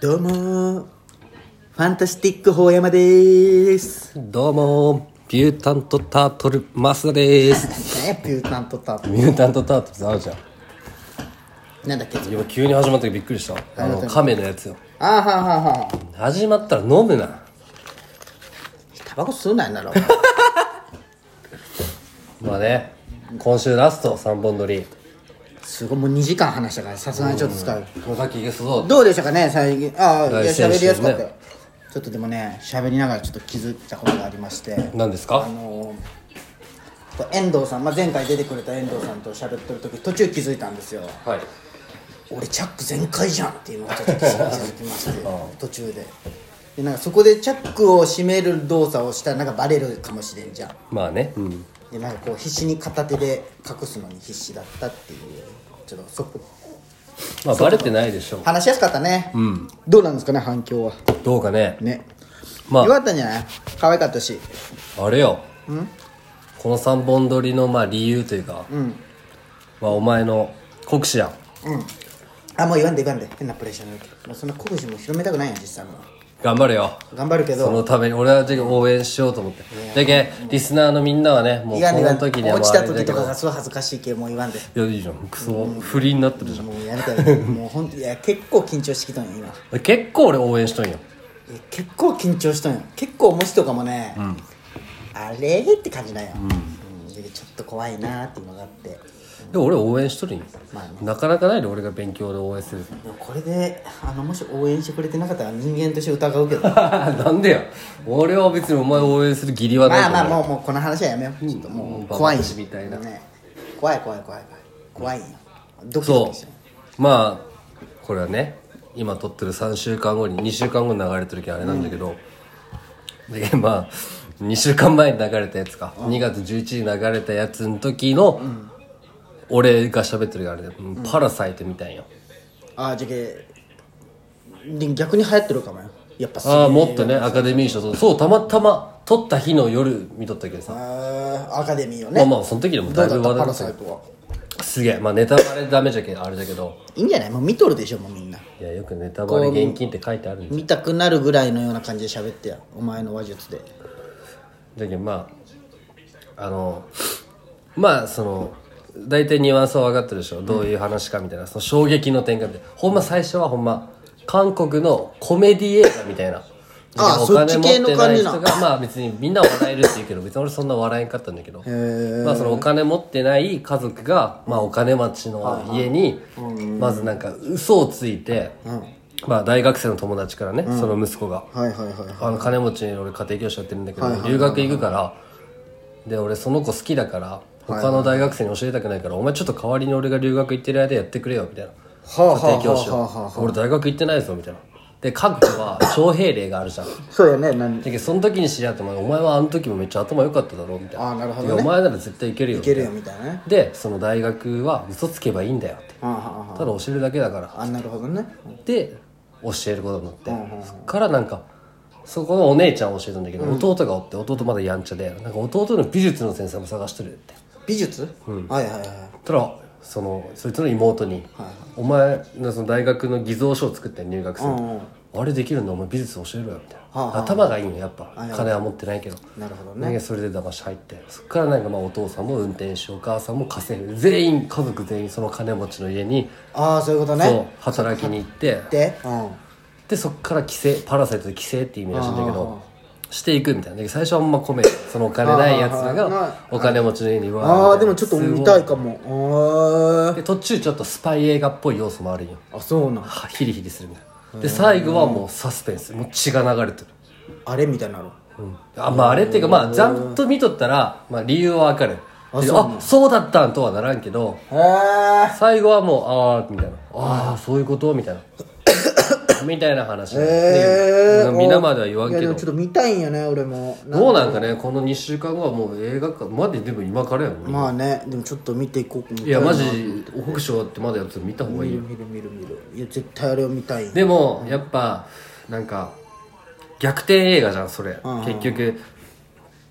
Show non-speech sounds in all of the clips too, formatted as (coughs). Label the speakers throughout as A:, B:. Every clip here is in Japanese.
A: どうもーファンタスティック法山です
B: どうもビュータントタートルマスダです
A: ねピュータントタ
B: ビュータントタートルさあるじゃん
A: なんだっけあ
B: 今急に始まったけどびっくりしたあの亀のやつよ
A: ーはーはーはー
B: 始まったら飲むな
A: タバコ吸うないんだろ
B: まあね今週ラスト3本撮り
A: すごいもう2時間話したからさすがにちょっと疲れる
B: これ先いけそう
A: どうでしたかね最近ああいや
B: 大先生ね
A: 喋りやすかったよちょっとでもね喋りながらちょっと気づいたことがありまして
B: 何ですか
A: あのー遠藤さん、まあ、前回出てくれた遠藤さんと喋ってる時途中気づいたんですよ
B: はい
A: 俺チャック全開じゃんっていうのがちょっと気づきまして
B: (laughs)
A: 途中ででなんかそこでチャックを閉める動作をしたらなんかバレるかもしれんじゃん
B: まあねうん
A: でなんかこう必死に片手で隠すのに必死だったっていうちょっとそこ
B: まあバレてないでしょう
A: 話しやすかったねうんどうなんですかね反響は
B: どうかね
A: ね
B: ま
A: よか
B: あ
A: ったんじゃない可愛かったし
B: あれよこの3本撮りのまあ理由というかまあお前の国士や
A: うんあもう言わんで言わんで変なプレッシャーになるけどもうそんな国士も広めたくないやん実際も
B: 頑張れよ
A: 頑張るけ
B: そ
A: ど
B: のために俺はじゃあ応援しようと思ってだけどリスナーのみんなはねもう
A: い
B: こ
A: やね
B: の時には
A: 落
B: もう
A: ちた
B: あれだ
A: 時
B: け
A: とか
B: ど
A: がすごい恥ずかしいけどもう言わんで
B: いやいいじゃんクソ不倫になってるじゃん
A: もうやめたいもう本当いや結構緊張してきたんよ今
B: 俺結構俺応援しとんよ
A: え結構緊張したんよ結構文字とかもね、あれって感じなんよ、うんでちょっと怖いなーっていうのがあってで
B: でも俺応援しとるんよ
A: まあね
B: なかなかないで俺が勉強で応援する (laughs)
A: もこれであのもし応援してくれてなかったら人間として疑うけどま
B: なんでよ俺は別にお前を応援する義理はない
A: あ
B: と思う
A: まあもうもうこの話はやめようちょっともう怖いし
B: ババアみたいな
A: ね、怖い怖い怖い怖い怖いんよドキド
B: そ
A: キして
B: うまあこれはね今撮ってる3週間後に2週間後に流れてる時あれなんだけど、でまあ2週間前に流れたやつか、2月11日に流れたやつの時の、俺が喋ってるあれで「うんパラサイト」みたいよ、
A: ああじゃけで逆に流行ってるかもよやっぱすげえ
B: ああもっとねアカデミー賞そうそうたまたま撮った日の夜見とったけどさ、
A: あーアカデミーよ
B: ま
A: ね
B: あまあその時でもだい
A: ど
B: ぶ
A: うだったパラ
B: 話題
A: サイ
B: だ
A: トは
B: すげえまあネタバレダメじゃけんあれだけど
A: いいんじゃないもう見とるでしょもうみんない
B: やよくネタバレ厳禁って書いてあるんですよ
A: 見たくなるぐらいのような感じで喋ってやお前の話術で
B: だけどまああのまあその大体ニュアンスは分かってるでしょどういう話かみたいな、その衝撃の転換でほんま最初はほんま韓国のコメディ映画みたいな
A: あ
B: お金
A: そ
B: 持
A: っ
B: っ
A: ち系の
B: てな
A: 感
B: い
A: じ
B: 人
A: な
B: がまあ別にみんな笑えるって言うけど別に俺そんな笑えんかったんだけどまあそのお金持ってない家族が、まあ、お金持ちの家にまずなんか嘘をついて、まあ、大学生の友達からね、その息子が、
A: はいはいはい
B: あの金持ちに俺家庭教師やってるんだけど、留学行くからで俺その子好きだから他の大学生に教えたくないから、お前ちょっと代わりに俺が留学行ってる間やってくれよみたいな、
A: はあ
B: 家庭教師を、
A: はあはあは
B: 俺大学行ってないぞみたいなで韓国は徴兵令があるじゃんだ
A: そうやねなん
B: けどその時に知り合ってお前お前はあの時もめっちゃ頭良かっただろみたいな
A: あーなるほどね
B: いやお前なら絶対行けるよ
A: いけるよみたいなね
B: でその大学は嘘つけばいいんだよって
A: はあはあは
B: ただ教えるだけだから
A: ああなるほどね
B: で教えることになって、そっからなんかそこのお姉ちゃんを教えたんだけど、弟がおって弟まだやんちゃでなんか弟の美術の先生も探してるって
A: 美術はいはいはい
B: そしたらそのそいつの妹に「お前のその大学の偽造書を作って入学する、
A: うんうん
B: あれできるんだお前美術教えろよ」みたいな、
A: はあはあ
B: 頭がいいのやっぱ金は持ってないけど
A: なるほどね
B: だけどそれで騙し入ってそっからなんかまあお父さんも運転手お母さんも稼いで全員家族全員その金持ちの家に、
A: ああそういうこと
B: そう
A: ね
B: 働きに行って
A: でうん
B: でそっから規制パラサイトで規制っていう意味らしいんだけどしていくみたいなで最初はあんま込めそのお金ないやつら
A: あーはい
B: がお金持ちの家に
A: ああでも
B: ち
A: ちょっと見たいかもあ
B: で途中ちょっとスパイ映画っぽい要素もあるんよ
A: ーあそうなん
B: はヒリヒリするみたいなで最後はもうサスペンスもう血が流れてる、
A: あれみたいなの
B: うんあまああれっていうかまあちゃんと見とったら、まあ、理由はわかる
A: あ
B: あ
A: そうな
B: そうだったんとはならんけど
A: へえ
B: 最後はもうああみたいなああそういうことみた
A: (coughs)
B: いなみたいな話
A: へえ
B: で皆までは言わん
A: い
B: け
A: やで
B: ど
A: もちょっと見たいんよね俺も
B: どうなんかねこの2週間後はもう映画館まででも今からやもん、
A: まあねでもちょっと見ていこうか
B: いやマジ北昇ってまだやつ見た方がいいよ、
A: 見る見る見るいや絶対あれを見たいんよ
B: でもやっぱなんか逆転映画じゃんそれ、結局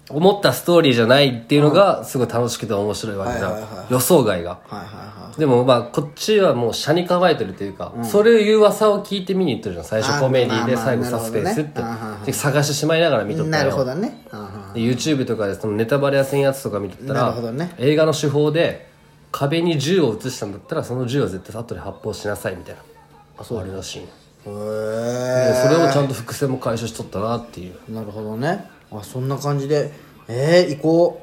B: 思ったストーリーじゃないっていうのがすごい楽しくて面白いわけじ
A: はいはい
B: ゃ
A: は
B: ん予想外が
A: はいは
B: でもまあこっちはもう車に構えてるというか、それを言う噂を聞いて見に行ってるじゃん最初コメディで
A: あまあ
B: 最
A: ま
B: 後
A: あ
B: サスペンス
A: なるほど
B: っ
A: ね
B: て、
A: あはは
B: で探してしまいながら見
A: い
B: と
A: はい
B: った
A: なる
B: よ
A: ほどねあは
B: で YouTube とかでそのネタバレやせんやつとか見てた
A: な
B: ら、
A: るほどね
B: 映画の手法で壁に銃を撃つしたんだったらその銃は絶対後で発砲しなさいみたいなあそうあれらしいね
A: へ
B: でそれをちゃんと伏線も回収しとったなっていう
A: えなるほどねあそんな感じでえー、行こ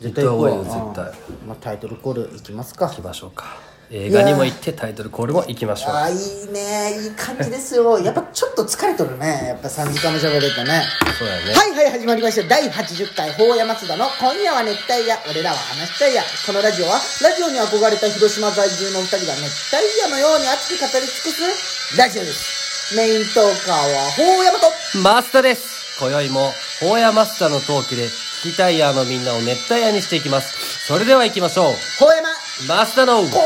A: う絶対行こう
B: 行った方がいいよ絶
A: うんまあ、タイトルコール行きますか
B: 行きましょうか映画にも行ってタイトルコールも行きましょう
A: あーいいねいい感じですよやっぱちょっと疲れとるねやっぱ3時間も喋れたね
B: そうやね
A: はいはい始まりました第80回「法山津田の今夜は熱帯夜俺らは話したいや」このラジオはラジオに憧れた広島在住の2人が熱帯夜のように熱く語り尽くすラジオですメイントーカーは法山と
B: マスタです今宵も大山マスタのトークで聞きたいヤーのみんなを熱帯夜にしていきますそれでは行きましょう
A: 法山
B: マスタの
A: 今夜は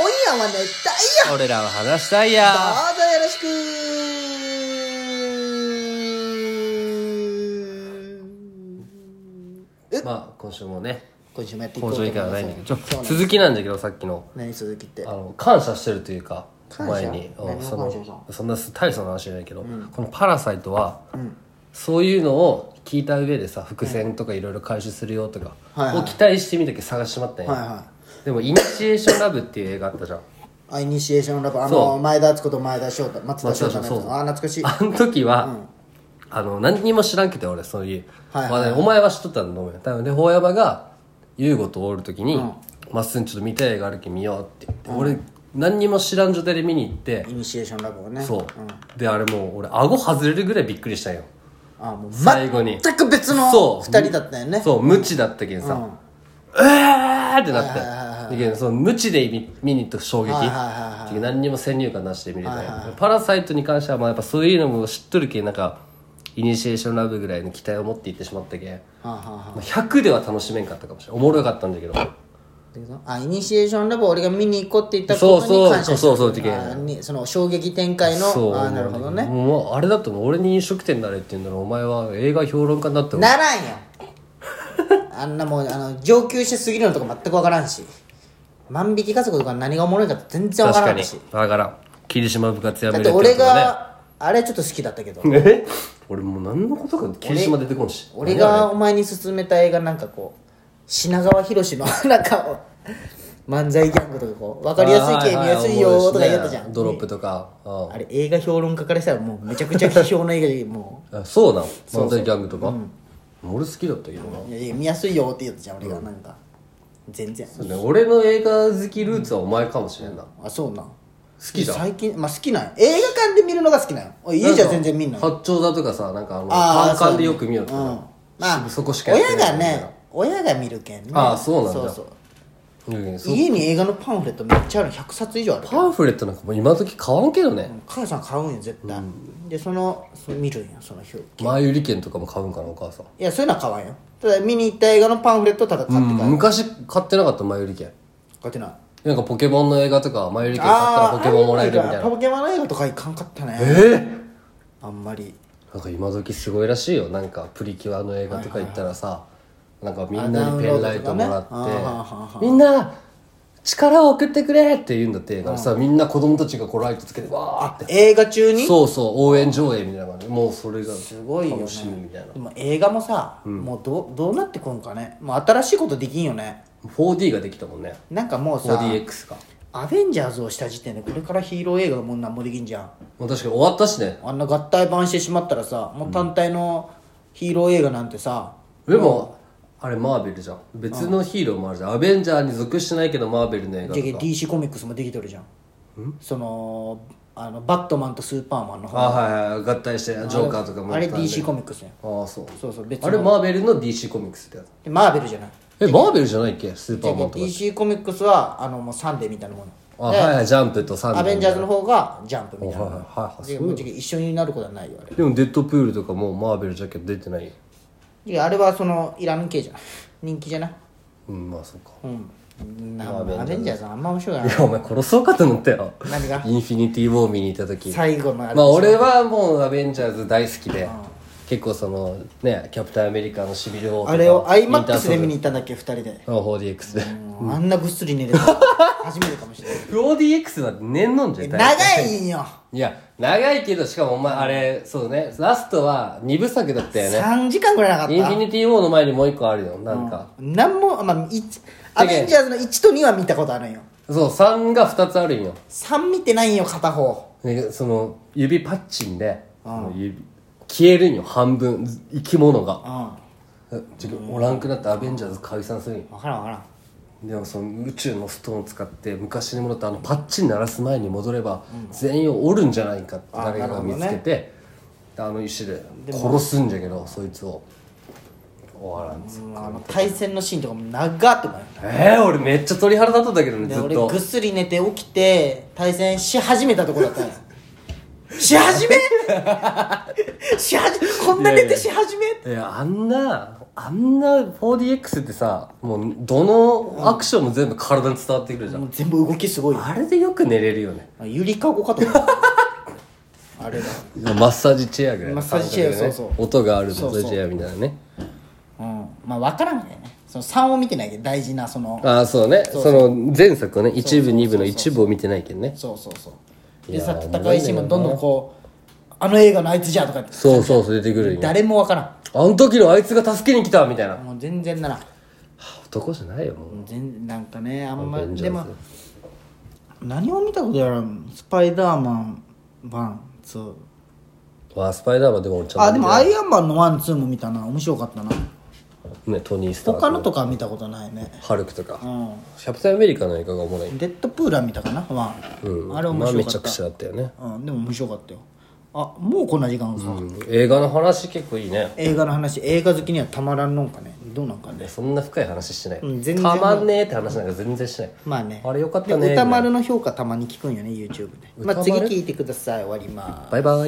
A: 熱帯夜
B: 俺らは話したい
A: ど
B: や
A: うぞよろしくえ
B: まあ今週もね
A: 今週もやっていこう
B: 工
A: と思
B: 場
A: い
B: 以下
A: ま
B: は
A: す
B: ないんだけ
A: そ
B: どち
A: う
B: ょ
A: なん
B: 続きなんだけどさっきの
A: 何鈴木って
B: あの感謝してるというか
A: 感謝
B: 前にうん
A: 何を
B: そ
A: 感謝したの
B: のそんな大層な話じゃないけど、この「パラサイトは」そういうのを聞いた上でさ伏線とかいろいろ回収するよとか
A: はいはい
B: を期待してみたけど探してしまったんや、
A: はいは
B: でも「イニシエーションラブ」っていう映画あったじゃん
A: あイニシエーションラブあ
B: そ
A: の前田敦子と前田翔太松田翔太のやつ
B: 松田翔太そう
A: あ懐かしい
B: あの時は、あの何にも知らんけど俺そういう、
A: はい
B: まあねお前は知っとったんだと思うよ多分で大山が優吾とおる時に「まっすんちょっと見たい映画あるけ見よう」って言って、俺何にも知らん状態で見に行って
A: イニシエーションラブをね
B: そう、であれもう俺顎外れるぐらいびっくりしたんよ
A: あもう
B: 最後に
A: 全く別の
B: そ
A: 2
B: う
A: 人だったよね
B: そう無知だったけんさ、えーってなって、
A: はいはいはい
B: だけどその無知で見見に行った衝撃、
A: はいはいはい
B: で何にも先入観なしで見れたよ、パラサイトに関してはまあやっぱそういうのも知っとるけんなんかイニシエーションラブぐらいの期待を持っていってしまったけん、
A: はあはあはあ
B: まあ100では楽しめんかったかもしれんおもろかったんだけど
A: っていうのあイニシエーションラブを俺が見に行こうって言ったこ
B: そう
A: と
B: そう
A: に感謝して
B: そうそう事件
A: あにその衝撃展開の
B: そう
A: あなるほどね
B: もうあれだと思う俺に飲食店になれって言うんだらお前は映画評論家になっても
A: なら
B: (laughs)
A: んよあんなもうあの上級者すぎるのとか全く分からんし万引き家族とか何がおもろいかって全然分
B: 確
A: から
B: か
A: ん
B: に
A: し
B: わからん霧島部活やめ
A: だっ
B: るっててことね
A: 俺があれちょっと好きだったけど
B: (laughs) え俺もう何のことか霧島出てこんし
A: 俺がお前に勧めた映画なんかこう品川博の (laughs) なんか漫才ギャングとかこう分かりやすい系見やすいよーとか言ったじゃ
B: あ
A: ん
B: ーはいはいおもろいしねドロップとかうん
A: あれ映画評論家からしたらもうめちゃくちゃ批評の映画でも
B: あそうなの漫才ギャングとか俺好きだったけどな
A: ういやいや見やすいよって言ったじゃん俺がなんか全然
B: そうね俺の映画好きルーツはお前かもしれんな好
A: あそうなん
B: きじゃん
A: 最近まあ好きなんよ映画館で見るのが好きなんよお家じゃ全然見んのよ
B: 八丁田とかさなんかあの
A: あー
B: 単館でよく見ようって
A: うん
B: な
A: まあ
B: そこしかやって
A: 親
B: ない
A: がね親が見るけんね
B: あーそうなんだ
A: そうそう
B: うんそう
A: 家に映画のパンフレットめっちゃある100冊以上ある
B: パンフレットなんかもう今時買わんけどね
A: 母さん買うんよ絶対、でそのそ見るんよその日い
B: 前売り券とかも買うんかなお母さん
A: やそういうのは買わんよただ見に行った映画のパンフレットをただ買って帰る、
B: 昔買ってなかった前売り券
A: 買ってない
B: なんかポケモンの映画とか前売り券買ったらポケモンもらえるみたい
A: あ
B: な
A: ーポケモンの映画とかいかんかったね
B: えー
A: あんまり
B: なんか今時すごいらしいよなんかプリキュアの映画とか行ったらさ、なんかみんなにペンライトもらって、
A: あダウンロードとかねあははは
B: みんな力を送ってくれって言うんだって映画でさ、みんな子供たちがこうライトつけてわーって
A: 映画中に
B: そうそう応援上映みたいな感じもうそれが
A: すごいよね
B: 楽しみみたいな
A: でも映画もさ、もうどうどうなってくんかねもう新しいことできんよね
B: 4D ができたもんね
A: なんかもうさ
B: 4DX が
A: アベンジャーズをした時点でこれからヒーロー映画がもう何もできんじゃん
B: もう確かに終わったしね
A: あんな合体版してしまったらさもう単体のヒーロー映画なんてさ、
B: でもあれマーベルじゃん別のヒーローもあるじゃん、アベンジャーに属してないけどマーベルの映画
A: じゃ
B: と
A: け
B: か
A: DC コミックスもできとるじゃんそのあのバットマンとスーパーマンの方
B: あはいはい合体してジョーカーとかも
A: あれ
B: いっぱいる
A: DC コミックスやん
B: ああそう
A: そうそう別
B: あれマーベルの DC コミックスってやつ
A: でマーベルじゃない
B: えマーベルじゃないっけスーパ
A: じゃ
B: ー
A: け
B: マンとか
A: DC コミックスはあのもうサンデーみたいなもの
B: あはいはいジャンプとサンデー
A: アベンジャーズの方がジャンプみたい
B: はいはいはいは
A: ないでもうじゃけ一緒になることはないよあれ
B: でもデッドプールとかもマーベルじゃけど出てないよ
A: じゃけあれはそのいらん系じゃない人気じゃない
B: うんまあそうか
A: うんなアベンジャーズあんま面白くない (laughs)
B: いやお前殺そうかと思ったよ
A: 何が
B: インフィニティ・ウォー見に行った時
A: 最後のあれ
B: まあ俺はもうアベンジャーズ大好きで結構そのねキャプテンアメリカのシビル王とか
A: あれを IMAX で見
B: に
A: に行ったんだっけ2人で
B: 4DX で
A: あんなぐっすり (laughs) 寝れたの初めてかもしれ
B: 4DX だって寝んのんじゃん
A: ない長いんよ
B: いや長いけどしかもお前あれそうねラストは2部作だったよね
A: 3時間ぐらいなか
B: インフィ
A: っ
B: ニティ・ウォーの前にもう一個あるよなんか、
A: たなんもまあいアベンジャーズの1と2は見たことあるんよ
B: そう3が2つあるんよ
A: 3見てないんよ片方
B: でその指パッチンで、その指消えるんよ半分ず生き物
A: う
B: が
A: ん
B: えちょおらんくなってアベンジャーズ解散するんよ
A: 分からん分からん
B: でもその宇宙のストーンを使って昔に戻ってあのパッチン鳴らす前に戻れば全員おるんじゃないかって誰か
A: あなる
B: が
A: ほど
B: 見
A: ね
B: つけて、であの石で殺すんじゃけどそいつを終わらんつう
A: あの対戦のシーンとかも長って思うよ
B: えー、俺めっちゃ鳥肌立っとったけどね
A: で
B: ずっ
A: 俺
B: と
A: ぐっすり寝て起きて対戦し始めたとこだったのよ (laughs) し始
B: (laughs)
A: めしはじこんな寝てし始め
B: いやあんなあんな 4DX ってさもうどのアクションも全部体に伝わってくるじゃん、
A: もう全部動きすごいよ
B: あれでよく寝れるよね
A: あゆりかごかと思った
B: (laughs)
A: あれだ
B: マッサージチェアぐらいの
A: マッサージチェア
B: 感覚でね
A: そうそ
B: 音があるマッサ
A: そう
B: ージチェアみたいなね
A: うんまあ分からんけどねその3を見てないけど大事なその
B: ああそうねその前作をね一部二部の一部を見てないけどね
A: そうそうそう
B: い
A: で
B: やー
A: さ戦いシーンもどんどんこうあの映画のあいつじゃとか言って
B: そうそうそう出てくるんよ
A: 誰も分から
B: あの時のあいつが助けに来たみたいなん
A: もう全然ならん
B: 男じゃないよもう
A: 全なんかねあんま
B: アベンジ
A: で
B: ャーズ
A: も何を見たことやらんスパイダーマン1、2
B: わあスパイダーマンでも俺ちゃ
A: あ
B: ん
A: で
B: と
A: もアイアンマンの1、2も見たな面白かったな
B: ねトニー・スター
A: 他
B: ク
A: のとかは見たことないね
B: ハルクとか
A: うん
B: キャプテンアメリカの映画がおもろい
A: デッドプーラー見たかな1、
B: うん
A: あれ面
B: まあ
A: 白
B: め
A: か
B: ちゃ
A: っ
B: くち
A: た、
B: ゃだったよね
A: うん、でも面白かったよあもうこんな時間か、
B: うん映画の話結構いいね
A: 映画の話映画好きにはたまらんのんかねどうなんかね
B: そんな深い話してない
A: うん全然
B: たまんねえって話なんか全然しない
A: まあね
B: あれよかったね
A: で歌丸の評価たまに聞くんよね YouTube でまあ
B: 歌丸
A: 次聞いてください終わります
B: バイバイ